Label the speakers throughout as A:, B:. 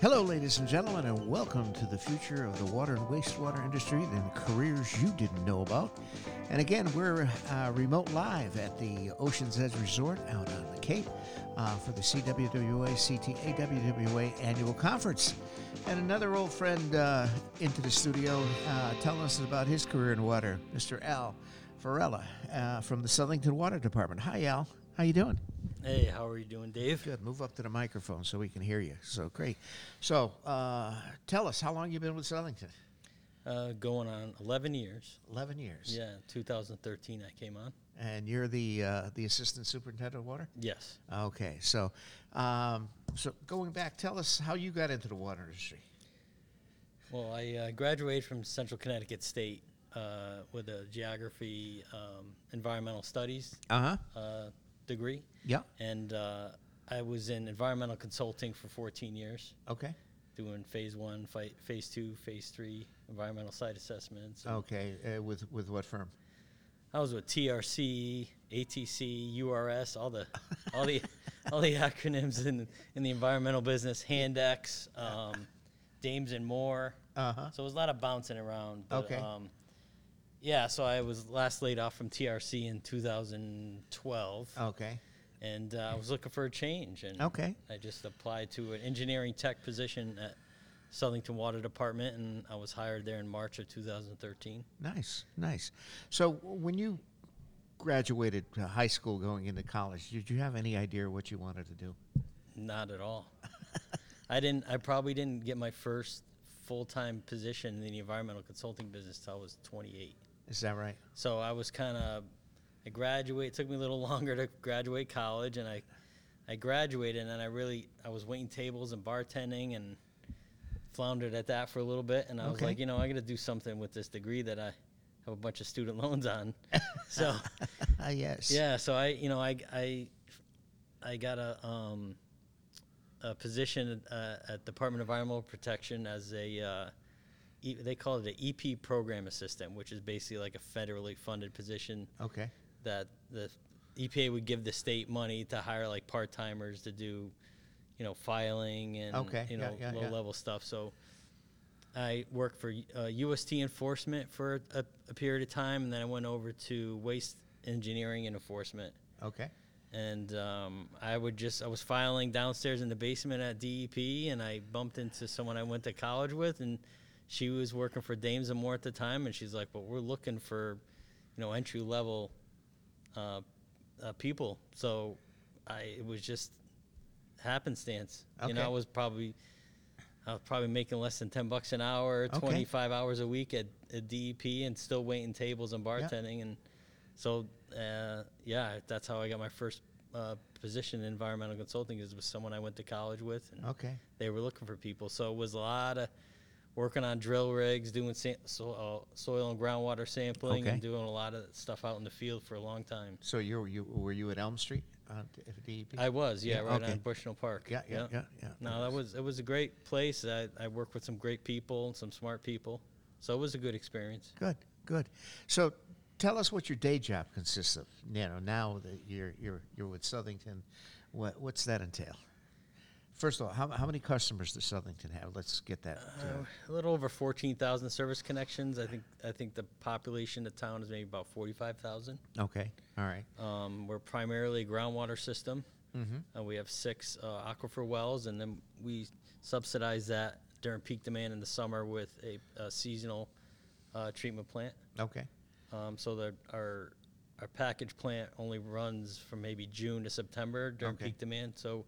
A: Hello, ladies and gentlemen, and welcome to the future of the water and wastewater industry and careers you didn't know about. And again, we're uh, remote live at the Ocean's Edge Resort out on the Cape uh, for the CWWA CTAWWA annual conference. And another old friend uh, into the studio uh, telling us about his career in water, Mr. Al Varela uh, from the Southington Water Department. Hi, Al. How you doing?
B: Hey, how are you doing, Dave?
A: Good. Move up to the microphone so we can hear you. So great. So uh, tell us how long you been with Sellington?
B: Uh, going on 11 years.
A: Eleven years.
B: Yeah, 2013 I came on.
A: And you're the uh, the assistant superintendent of water.
B: Yes.
A: Okay. So um, so going back, tell us how you got into the water industry.
B: Well, I uh, graduated from Central Connecticut State uh, with a geography, um, environmental studies
A: Uh huh.
B: uh, degree.
A: Yeah.
B: And uh, I was in environmental consulting for 14 years,
A: Okay.
B: doing phase one, fi- phase two, phase three environmental site assessments.
A: Okay. Uh, with with what firm?
B: I was with TRC, ATC, URS, all the, all the, all the acronyms in in the environmental business. Handex, um, Dames and More.
A: Uh-huh.
B: So it was a lot of bouncing around. But,
A: Okay.
B: Um, yeah, so I was last laid off from TRC in 2012,
A: Okay.
B: and uh, I was looking for a change. And
A: Oh. Okay.
B: I just applied to an engineering tech position at Southington Water Department, and I was hired there in March of 2013.
A: Nice. Nice. So when you graduated uh, high school, going into college, did you have any idea what you wanted to do?
B: Not at all. I didn't. I probably didn't get my first full-time position in the environmental consulting business till I was 28.
A: Is that right?
B: So I was kind of. I graduate. It took me a little longer to graduate college, and I, I graduated, and then I really I was waiting tables and bartending and floundered at that for a little bit, and I was
A: Okay.
B: like, you know, I got to do something with this degree that I have a bunch of student loans on. so
A: Ah, yes.
B: yeah, so I, you know, I, I, I got a, um, a position uh, at Department of Environmental Protection as a, uh, e, they call it an EP program assistant, which is basically like a federally funded position
A: Okay.
B: that the EPA would give the state money to hire like part timers to do, you know, filing and
A: Okay,
B: you
A: yeah,
B: know
A: yeah, yeah.
B: low level stuff. So I worked for uh, UST enforcement for a, a period of time, and then I went over to waste engineering and enforcement.
A: Okay.
B: And um, I would just I was filing downstairs in the basement at DEP, and I bumped into someone I went to college with, and she was working for Dames and More at the time, and she's like, "But we're looking for, you know, entry level uh, uh, people." So I it was just happenstance. You know,
A: Okay.
B: I was probably I was probably making less than ten bucks an hour,
A: Okay.
B: twenty five hours a week at, at DEP, and still waiting tables and bartending, and so uh, yeah, that's how I got my first uh, position in environmental consulting. Is with someone I went to college with, and
A: Okay.
B: they were looking for people. So it was a lot of working on drill rigs, doing sa- so, uh, soil and groundwater sampling,
A: Okay.
B: and doing a lot of stuff out in the field for a long time.
A: So you were you were you at Elm Street uh, on DEP?
B: I was, yeah,
A: Yeah,
B: right
A: okay.
B: on Bushnell Park.
A: E Yeah, yeah, yeah, yeah.
B: No, that was it was a great place. I, I worked with some great people and some smart people, so it was a good experience.
A: good, good. So tell us what your day job consists of. You know, now that you're you're you're with Southington, what what's that entail? First of all, how, how many customers does Southington have? Let's get that. uh,
B: A little over fourteen thousand service connections. I think I think the population of town is maybe about forty five thousand.
A: okay. All right.
B: Um, we're primarily a groundwater system. Uh, we have six uh, aquifer wells, and then we subsidize that during peak demand in the summer with a, a seasonal uh, treatment plant.
A: Okay.
B: Um, so the, our our package plant only runs from maybe June to September during
A: Okay.
B: peak demand. So,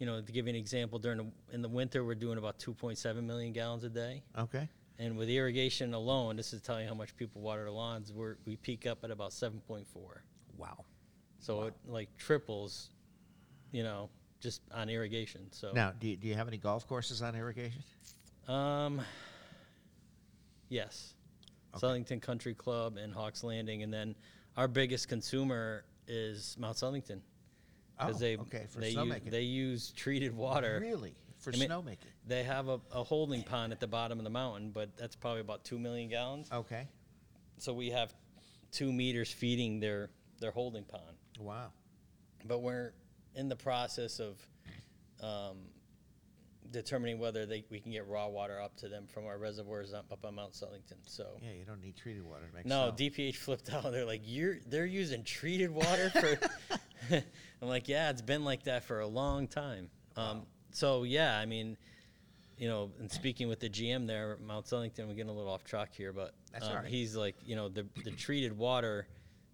B: you know, to give you an example, during the, in the winter we're doing about 2.7 million gallons a day,
A: Okay.
B: and with irrigation alone, this is telling you how much people water their lawns. We're, we peak up at about 7.4.
A: Wow.
B: So it like triples, you know, just on irrigation. So
A: Now, do you, do you have any golf courses on irrigation?
B: um yes. Southington Country Club and Hawks Landing and then our biggest consumer is Mount Southington.
A: Oh,
B: they,
A: okay. For
B: they use,
A: snowmaking.
B: they use treated water.
A: Really? For
B: I mean-
A: snowmaking.
B: They have a, a holding pond at the bottom of the mountain, but that's probably about two million gallons.
A: Okay.
B: So we have two meters feeding their their holding pond.
A: Wow.
B: but we're in the process of um, determining whether they, we can get raw water up to them from our reservoirs up, up on Mount Sullington. So
A: Yeah, you don't need treated water to make
B: no,
A: salt.
B: DPH flipped out. They're like, you're they're using treated water for. I'm like, yeah, it's been like that for a long time. Um, so yeah, I mean, you know, and speaking with the GM there, at Mount Sellington, we're getting a little off track here, but
A: That's
B: um,
A: all right.
B: he's like, you know, the the treated water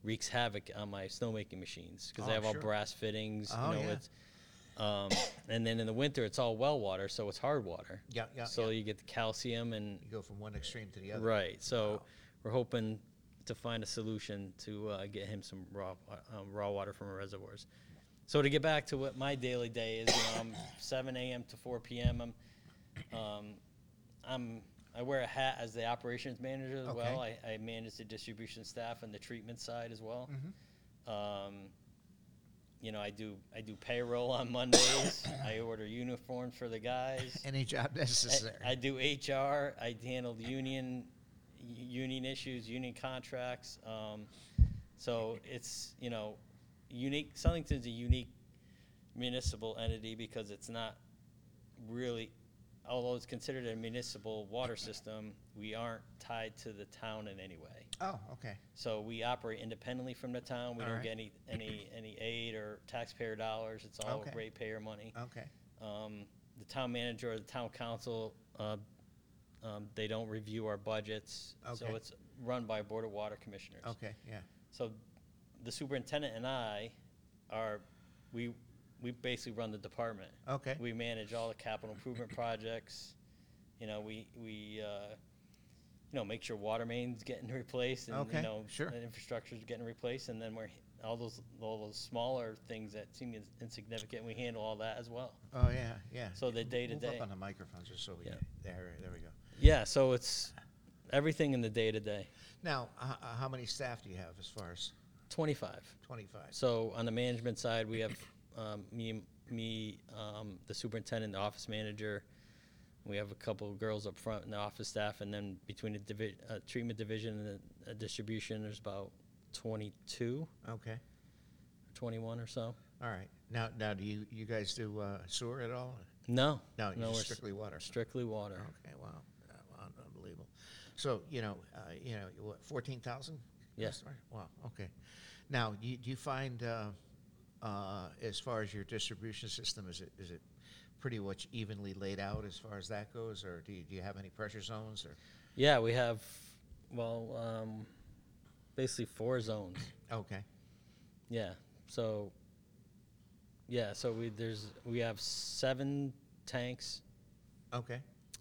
B: wreaks havoc on my snowmaking machines because
A: Oh,
B: they have
A: sure.
B: all brass fittings.
A: Oh,
B: you know,
A: yeah.
B: it's um, and then in the winter, it's all well water, so it's hard water.
A: Yeah, yeah,
B: So
A: yeah.
B: you get the calcium and
A: You go from one extreme to the other.
B: Right. So we're hoping to find a solution to uh, get him some raw wa- um, raw water from our reservoirs. So to get back to what my daily day is, you know, I'm 7 a.m. to 4 p.m. I'm, um, I'm I wear a hat as the operations manager as well. I, I manage the distribution staff and the treatment side as well.
A: Mm-hmm.
B: Um, you know, I do I do payroll on Mondays. I order uniforms for the guys.
A: Any job necessary.
B: I, I do HR. I handle the union, u- union issues, union contracts. Um, so it's you know, unique. Sellington's a unique municipal entity because it's not really, although it's considered a municipal water system, we aren't tied to the town in any way.
A: oh, okay.
B: So we operate independently from the town. We
A: All
B: don't
A: right.
B: get any any any aid or taxpayer dollars. It's all
A: Okay.
B: ratepayer money
A: Okay.
B: um, the town manager or the town council, uh, um, they don't review our budgets. So
A: Okay.
B: it's run by Board of Water Commissioners.
A: Okay. Yeah.
B: So the superintendent and I are, we, we basically run the department.
A: Okay.
B: We manage all the capital improvement projects. You know, we, we, uh, you know, make sure water mains getting replaced and,
A: Okay,
B: you know,
A: sure.
B: and infrastructure's getting replaced. And then we're, all those, all those smaller things that seem ins- insignificant, we handle all that as well.
A: Oh yeah. Yeah.
B: So the day to
A: Move
B: day.
A: up on the microphone just so we.
B: Yeah.
A: There. There we go.
B: Yeah, so it's everything in the day to day.
A: Now, h- uh, how many staff do you have as far as
B: 25.
A: 25?
B: So on the management side, we have um, me, and- me, um, the superintendent, the office manager. We have a couple of girls up front in the office staff, and then between the divi- uh, treatment division and the uh, distribution, there's about 22,
A: Okay.
B: 21 or so.
A: All right. Now, now, do you you guys do uh, sewer at all?
B: No,
A: No, you
B: we're
A: just
B: s-
A: strictly water.
B: strictly water.
A: Okay. Wow. Uh, wow, Unbelievable. So you know, uh, you know, what, fourteen thousand.
B: Yeah.
A: Wow. Okay. Now, you, do you find, uh, uh, as far as your distribution system, is it is it pretty much evenly laid out as far as that goes, or do you, do you have any pressure zones or?
B: Yeah, we have, well, um, basically four zones.
A: Okay.
B: Yeah. So. Yeah. So we there's we have seven tanks,
A: Okay.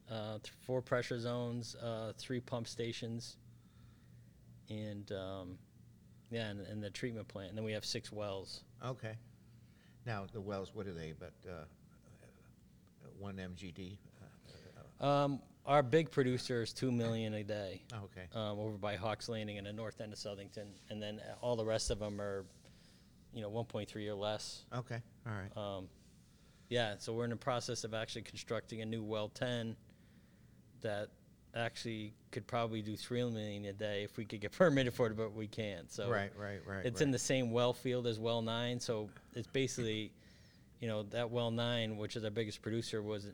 B: uh, th- four pressure zones, uh, three pump stations, and um, yeah, and, and the treatment plant. And then we have six wells.
A: Okay. Now the wells, what are they? But uh, one MGD.
B: Um, our big producer is two million a day
A: Uh, okay.
B: um, over by Hawks Landing and the north end of Southington, and then uh, all the rest of them are, you know, 1.3 or less.
A: Okay. All right.
B: Um, yeah, so we're in the process of actually constructing a new well 10 that actually could probably do 3 million a day if we could get permitted for it, but we can't. So
A: right. Right. Right. right.
B: it's in the same well field as well 9, so it's basically, you know, that well 9, which is our biggest producer, was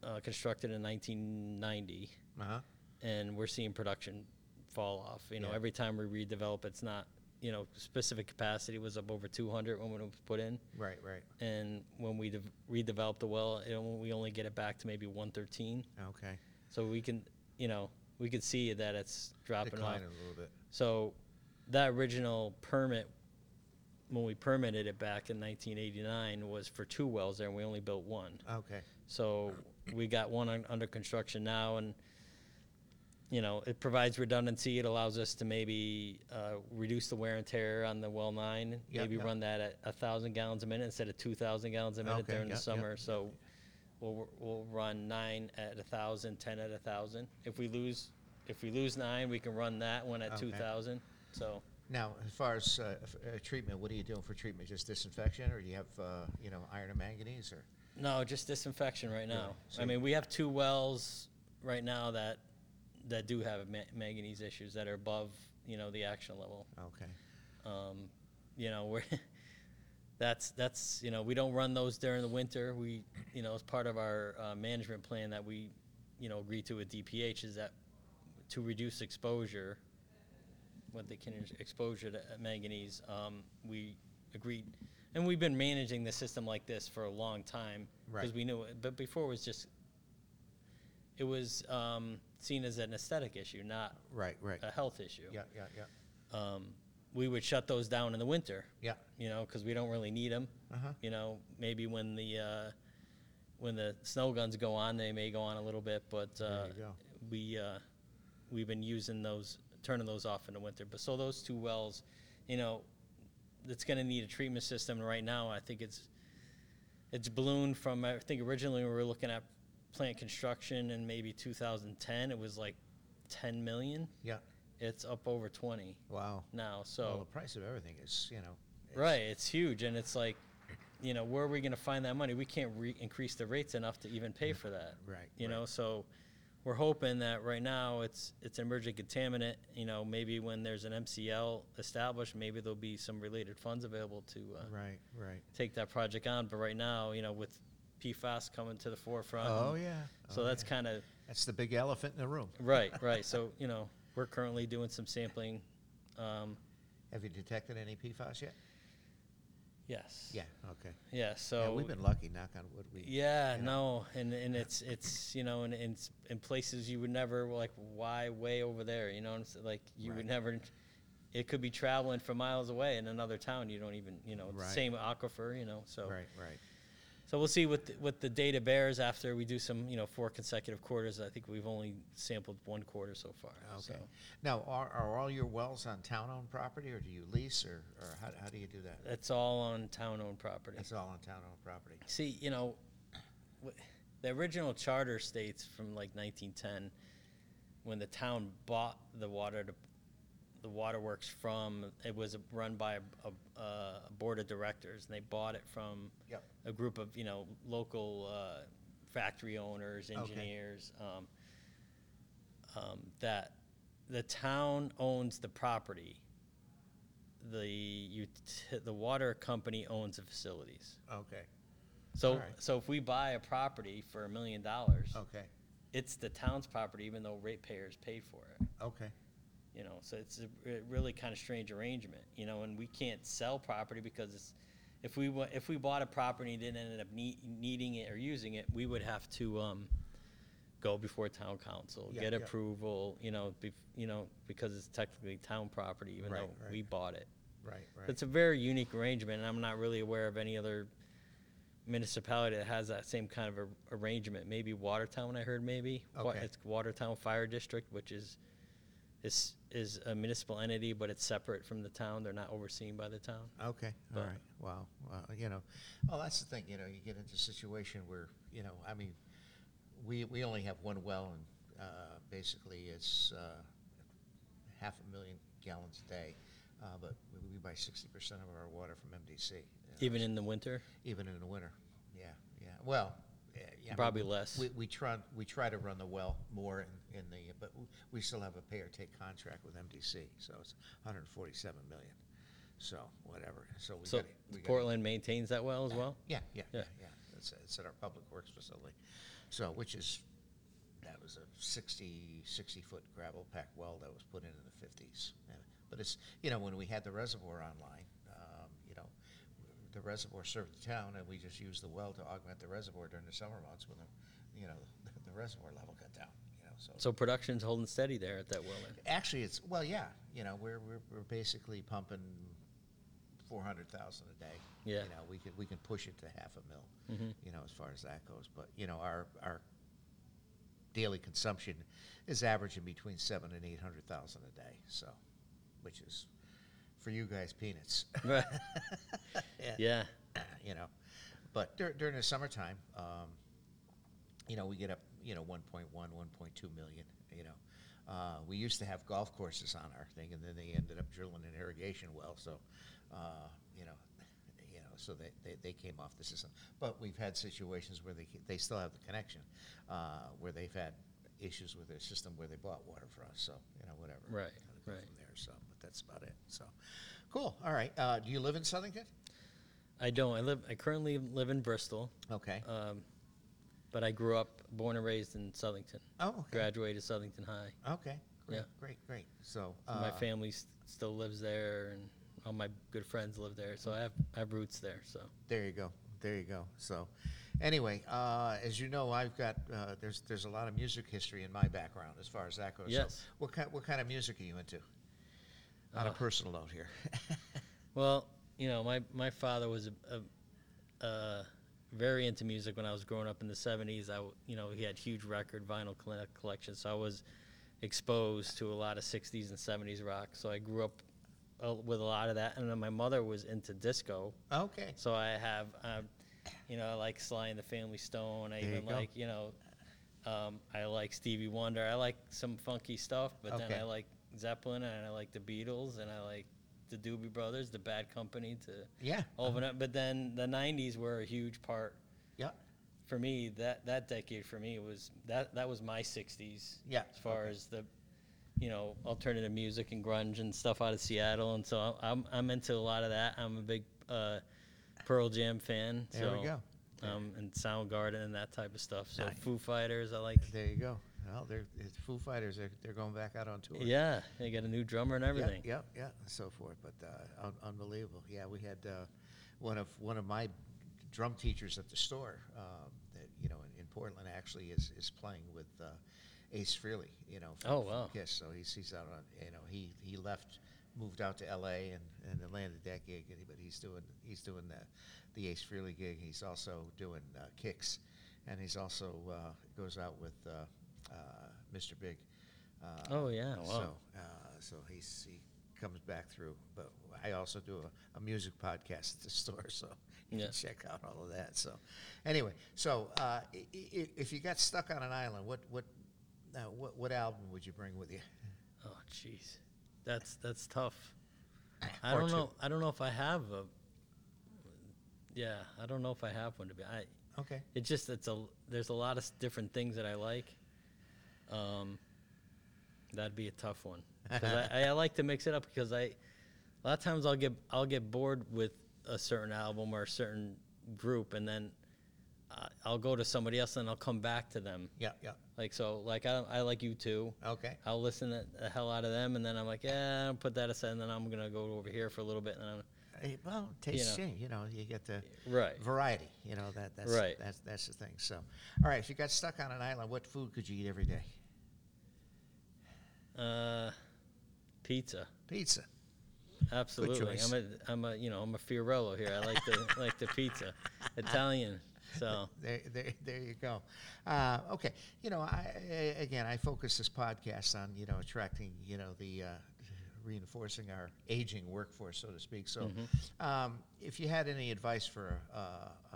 B: uh, constructed in 1990
A: Uh-huh.
B: and we're seeing production fall off. You know,
A: Yeah.
B: every time we redevelop, it's not, you know, specific capacity was up over 200 when it was put in
A: Right. Right.
B: and when we de- redevelop the well, it, on- we only get it back to maybe 113.
A: Okay.
B: So we can, you know, we could see that it's dropping
A: Decline
B: off.
A: a little bit.
B: So that original permit, when we permitted it back in 1989, was for two wells there, and we only built one.
A: Okay.
B: So we got one un- under construction now, and you know, it provides redundancy. It allows us to maybe uh, reduce the wear and tear on the well nine.
A: Yep,
B: maybe
A: yep.
B: run that at a thousand gallons a minute instead of two thousand gallons a minute
A: Okay,
B: during
A: yep,
B: the
A: yep,
B: summer.
A: yep.
B: So we'll we'll run nine at a thousand, ten at a thousand. If we lose if we lose nine, we can run that one at
A: Okay.
B: two thousand. So
A: Now, as far as uh, f- uh, treatment, what are you doing for treatment? Just disinfection, or do you have, uh, you know, iron and manganese, or?
B: No, just disinfection right now.
A: so-
B: I mean, we have two wells right now that that do have ma- manganese issues that are above, you know, the action level.
A: Okay.
B: Um, you know, we're that's that's you know we don't run those during the winter. We you know as part of our uh, management plan that we you know agree to with DPH is that to reduce exposure, what they can is exposure to manganese. Um, we agreed, and we've been managing the system like this for a long time because
A: Right.
B: we knew it. But before it was just it was um, seen as an aesthetic issue, not
A: Right, right.
B: a health issue.
A: Yeah, yeah, yeah.
B: Um, we would shut those down in the winter
A: Yeah.
B: you know, because we don't really need them.
A: Uh-huh.
B: You know, maybe when the uh, when the snow guns go on, they may go on a little bit, but
A: There
B: uh,
A: you go.
B: we uh, we've been using those, turning those off in the winter. But so those two wells, you know, it's going to need a treatment system. Right now, I think it's it's ballooned from I think originally we were looking at plant construction in maybe 2010. It was like 10 million.
A: Yeah.
B: It's up over 20
A: Wow.
B: now. So
A: Well, the price of everything is, you know. it's-
B: Right, it's huge, and it's like, you know, where are we going to find that money? We can't re- increase the rates enough to even pay for that.
A: Right,
B: You
A: right.
B: know, so we're hoping that right now it's it's an emergent contaminant. You know, maybe when there's an MCL established, maybe there'll be some related funds available to uh,
A: Right, right.
B: take that project on. But right now, you know, with PFAS coming to the forefront,
A: Oh,
B: and-
A: yeah.
B: So
A: Oh,
B: that's
A: yeah.
B: kind of
A: That's the big elephant in the room.
B: right, right. So you know, we're currently doing some sampling. Um,
A: Have you detected any PFAS yet?
B: yes.
A: Yeah, okay.
B: Yeah. So
A: yeah, we've been lucky, knock on wood. We,
B: Yeah,
A: you
B: no, and and it's it's you know, and in, in places you would never like why way over there, you know, and it's like you
A: Right.
B: would never. It could be traveling for miles away in another town. You don't even you know it's
A: Right.
B: the same aquifer, you know. So
A: Right, right.
B: so we'll see what the, what the data bears after we do some you know four consecutive quarters. I think we've only sampled one quarter so far.
A: Okay.
B: So.
A: Now, are, are all your wells on town-owned property, or do you lease, or, or how, how do you do that?
B: That's all on town-owned property.
A: It's all on town-owned property.
B: See, you know, wh- the original charter states from like 1910, when the town bought the water to, the waterworks from, it was run by a, a, a board of directors, and they bought it from
A: Yep.
B: a group of you know local uh, factory owners,
A: Okay.
B: engineers. Um, um, that the town owns the property. The ut- the water company owns the facilities.
A: Okay,
B: So,
A: All right. Oh.
B: so if we buy a property for a million dollars,
A: okay,
B: it's the town's property, even though ratepayers paid for it.
A: okay.
B: You know, so it's a re- really kind of strange arrangement. You know, and we can't sell property because it's, if we wa- if we bought a property and didn't end up nee- needing it or using it, we would have to um, go before town council,
A: Yeah,
B: get
A: yeah.
B: approval. You know, bef- you know because it's technically town property, even
A: Right,
B: though
A: right.
B: we bought it.
A: Right, right.
B: It's a very unique arrangement, and I'm not really aware of any other municipality that has that same kind of a, arrangement. Maybe Watertown, I heard maybe. Wa-
A: Okay.
B: It's Watertown Fire District, which is is is a municipal entity, but it's separate from the town. They're not overseen by the town.
A: Okay, all
B: But-
A: right, wow, wow, you know, well, that's the thing, you know, you get into a situation where, you know, I mean, we, we only have one well, and, uh, basically it's, uh, half a million gallons a day, uh, but we, we buy sixty percent of our water from MDC. you know,
B: Even in the winter,
A: even in the winter. Yeah, yeah. Well, yeah, yeah, I mean,
B: Probably
A: we-
B: less.
A: We, we try we try to run the well more in, in the but w- we still have a pay or take contract with MDC, so it's 147 million. So whatever. So we
B: so
A: gotta- we gotta-
B: Portland maintains that well as well.
A: yeah, yeah, yeah,
B: Yeah.
A: yeah. It's, it's at our public works facility. So which is that was a 60 60 foot gravel pack well that was put in in the 50s. And- But it's you know when we had the reservoir online, um, you know. The reservoir served the town, and we just used the well to augment the reservoir during the summer months when the, you know, the, reservoir level got down. You know, so
B: So production's holding steady there at that well. Then.
A: Actually, it's well, yeah. You know, we're we're, we're basically pumping four hundred thousand a day.
B: Yeah.
A: You know, we could we can push it to half a mil. You know, as far as that goes, but you know, our our daily consumption is averaging between seven and eight hundred thousand a day. So, which is for you guys peanuts.
B: Right.
A: Yeah
B: Yeah.
A: you know. But dur- during the summertime, um, you know, we get up, you know, 1.1, 1.2 million, you know. Uh, we used to have golf courses on our thing, and then they ended up drilling an irrigation well, so, uh, you know, you know, so they, they, they came off the system. But we've had situations where they, ca- they still have the connection, uh, where they've had issues with their system where they bought water from us, so, you know, whatever.
B: Right,
A: Kinda go
B: right.
A: From there, so, but that's about it, so. Cool, all right. Uh, do you live in Southington?
B: I don't. I live. I currently live in Bristol,
A: Okay.
B: um, but I grew up, born and raised in Southington.
A: oh, okay.
B: Graduated Southington High.
A: Okay. Great,
B: Yeah.
A: great, great. So
B: And my
A: uh,
B: family st- still lives there, and all my good friends live there. So I have I have roots there. So
A: There you go. There you go. So, anyway, uh, as you know, I've got uh, there's there's a lot of music history in my background as far as that goes. So
B: Yes.
A: what kind What kind of music are you into? On a
B: Uh,
A: personal note here.
B: Well, you know, my, my father was a, a, uh very into music when I was growing up in the 70s. I, w- you know, he had huge record vinyl colle- collection, so I was exposed to a lot of 60s and 70s rock. So I grew up uh, with a lot of that. And then my mother was into disco,
A: okay.
B: so I have, um, you know, I like Sly and the Family Stone. I
A: There you
B: even
A: go.
B: like, you know, um, I like Stevie Wonder. I like some funky stuff, but
A: Okay.
B: then I like Zeppelin and I like the Beatles and I like the Doobie Brothers, the Bad Company to
A: Yeah.
B: open up. But then the '90s were a huge part
A: Yeah.
B: for me. That that decade for me was that that was my '60s.
A: Yeah,
B: As far
A: okay.
B: as the you know alternative music and grunge and stuff out of Seattle, and so I'm I'm into a lot of that. I'm a big uh, Pearl Jam fan.
A: There
B: so,
A: we go.
B: Um, and Soundgarden and that type of stuff. So
A: Nice.
B: Foo Fighters, I like.
A: There you go. Well, they're it's Foo Fighters. They're, they're going back out on tour.
B: Yeah, they got a new drummer and
A: Yeah,
B: everything.
A: Yeah, yeah, and so forth. But uh, un- unbelievable. Yeah, we had uh, one of one of my drum teachers at the store. Um, that you know, in, in Portland, actually is is playing with uh, Ace Frehley. You know, from,
B: Oh,
A: from
B: wow.
A: Kiss. So he's he's out on. You know, he he left. Moved out to L.A. and, and then landed that gig, and he- but he's doing he's doing the, the Ace Frehley gig. He's also doing uh, kicks, and he's also uh, goes out with uh, uh, Mr. Big. Uh,
B: Oh, yeah, wow.
A: So uh, so he's, he comes back through. But I also do a, a music podcast at the store, so you
B: Yeah.
A: can check out all of that. So anyway, so uh, i- i- if you got stuck on an island, what what uh, what, what album would you bring with you?
B: Oh, jeez, that's that's tough. I
A: Or
B: don't
A: two.
B: know. I don't know if I have a. Yeah, I don't know if I have one to be. I
A: Okay.
B: it just it's a there's a lot of s- different things that I like. Um, that'd be a tough one 'Cause I, I like to mix it up because I a lot of times I'll get I'll get bored with a certain album or a certain group and then I- I'll go to somebody else and I'll come back to them.
A: Yeah. Yeah.
B: Like so, like I, I like you too.
A: Okay.
B: I'll listen to the hell out of them, and then I'm like, yeah, I'll put that aside, and then I'm gonna go over here for a little bit, and then
A: Eh, Well, taste
B: know.
A: change. You know, you get the
B: I'm, right.
A: variety. You know that that's
B: Right.
A: that's that's the thing. So, all right, if you got stuck on an island, what food could you eat every day?
B: Uh, pizza,
A: Pizza.
B: absolutely.
A: choice.
B: I'm a, I'm a, you know, I'm a Fiorello here. I like the like the pizza, Italian. So
A: There, there, there you go. Uh, okay, you know, I, I- again, I focus this podcast on you know attracting, you know, the uh, reinforcing our aging workforce, so to speak. So,
B: Mm-hmm.
A: um, if you had any advice for a,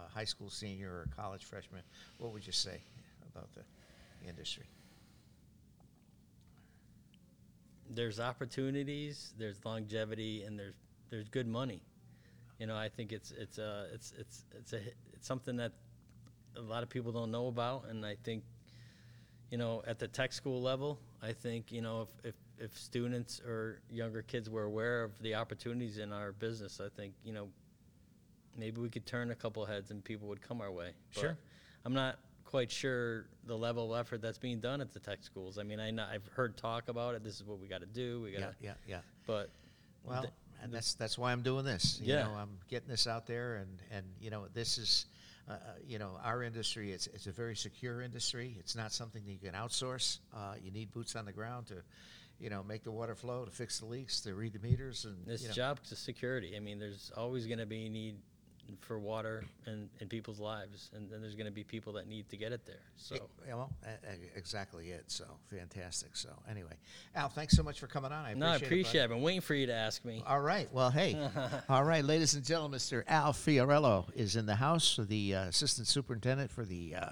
A: a high school senior or a college freshman, what would you say about the industry?
B: there's opportunities, there's longevity, and there's there's good money. You know, I think it's it's uh it's it's it's a hi- it's something that a lot of people don't know about, and I think you know at the tech school level, I think you know if if if students or younger kids were aware of the opportunities in our business, I think you know maybe we could turn a couple heads and people would come our way.
A: Sure.
B: I'm not quite sure the level of effort that's being done at the tech schools. I mean, I know, I've heard talk about it. This is what we got to do. We got to,
A: yeah, yeah.
B: but
A: Well,
B: th-
A: and that's that's why I'm doing this. You
B: Yeah.
A: know, I'm getting this out there, and and you know, this is, uh, uh, you know, our industry. It's it's a very secure industry. It's not something that you can outsource. Uh, you need boots on the ground to, you know, make the water flow, to fix the leaks, to read the meters, and
B: this
A: you know,
B: job to security. I mean, there's always going to be a need for water in, in people's lives, and then there's going to be people that need to get it there. So,
A: e- yeah, well, e- e- exactly it. So fantastic. So anyway, Al, thanks so much for coming on. I appreciate
B: no, I
A: it. bud. Uh,
B: appreciate it. I've been waiting for you to ask me.
A: All right. Well, hey. All right, ladies and gentlemen, Mr. Al Fiorello is in the house, the uh, assistant superintendent for the uh,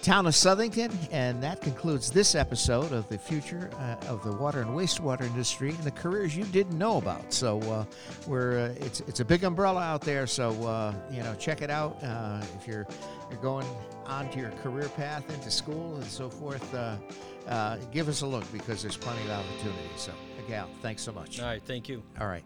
A: town of Southington. And that concludes this episode of The Future uh, of the Water and Wastewater Industry and the careers you didn't know about. So uh, we're, uh, it's, it's a big umbrella out there. So, uh, you know, check it out. Uh, if you're, you're going onto your career path into school and so forth, uh, uh, give us a look because there's plenty of opportunity. So, again, thanks so much.
B: All right. Thank you.
A: All right.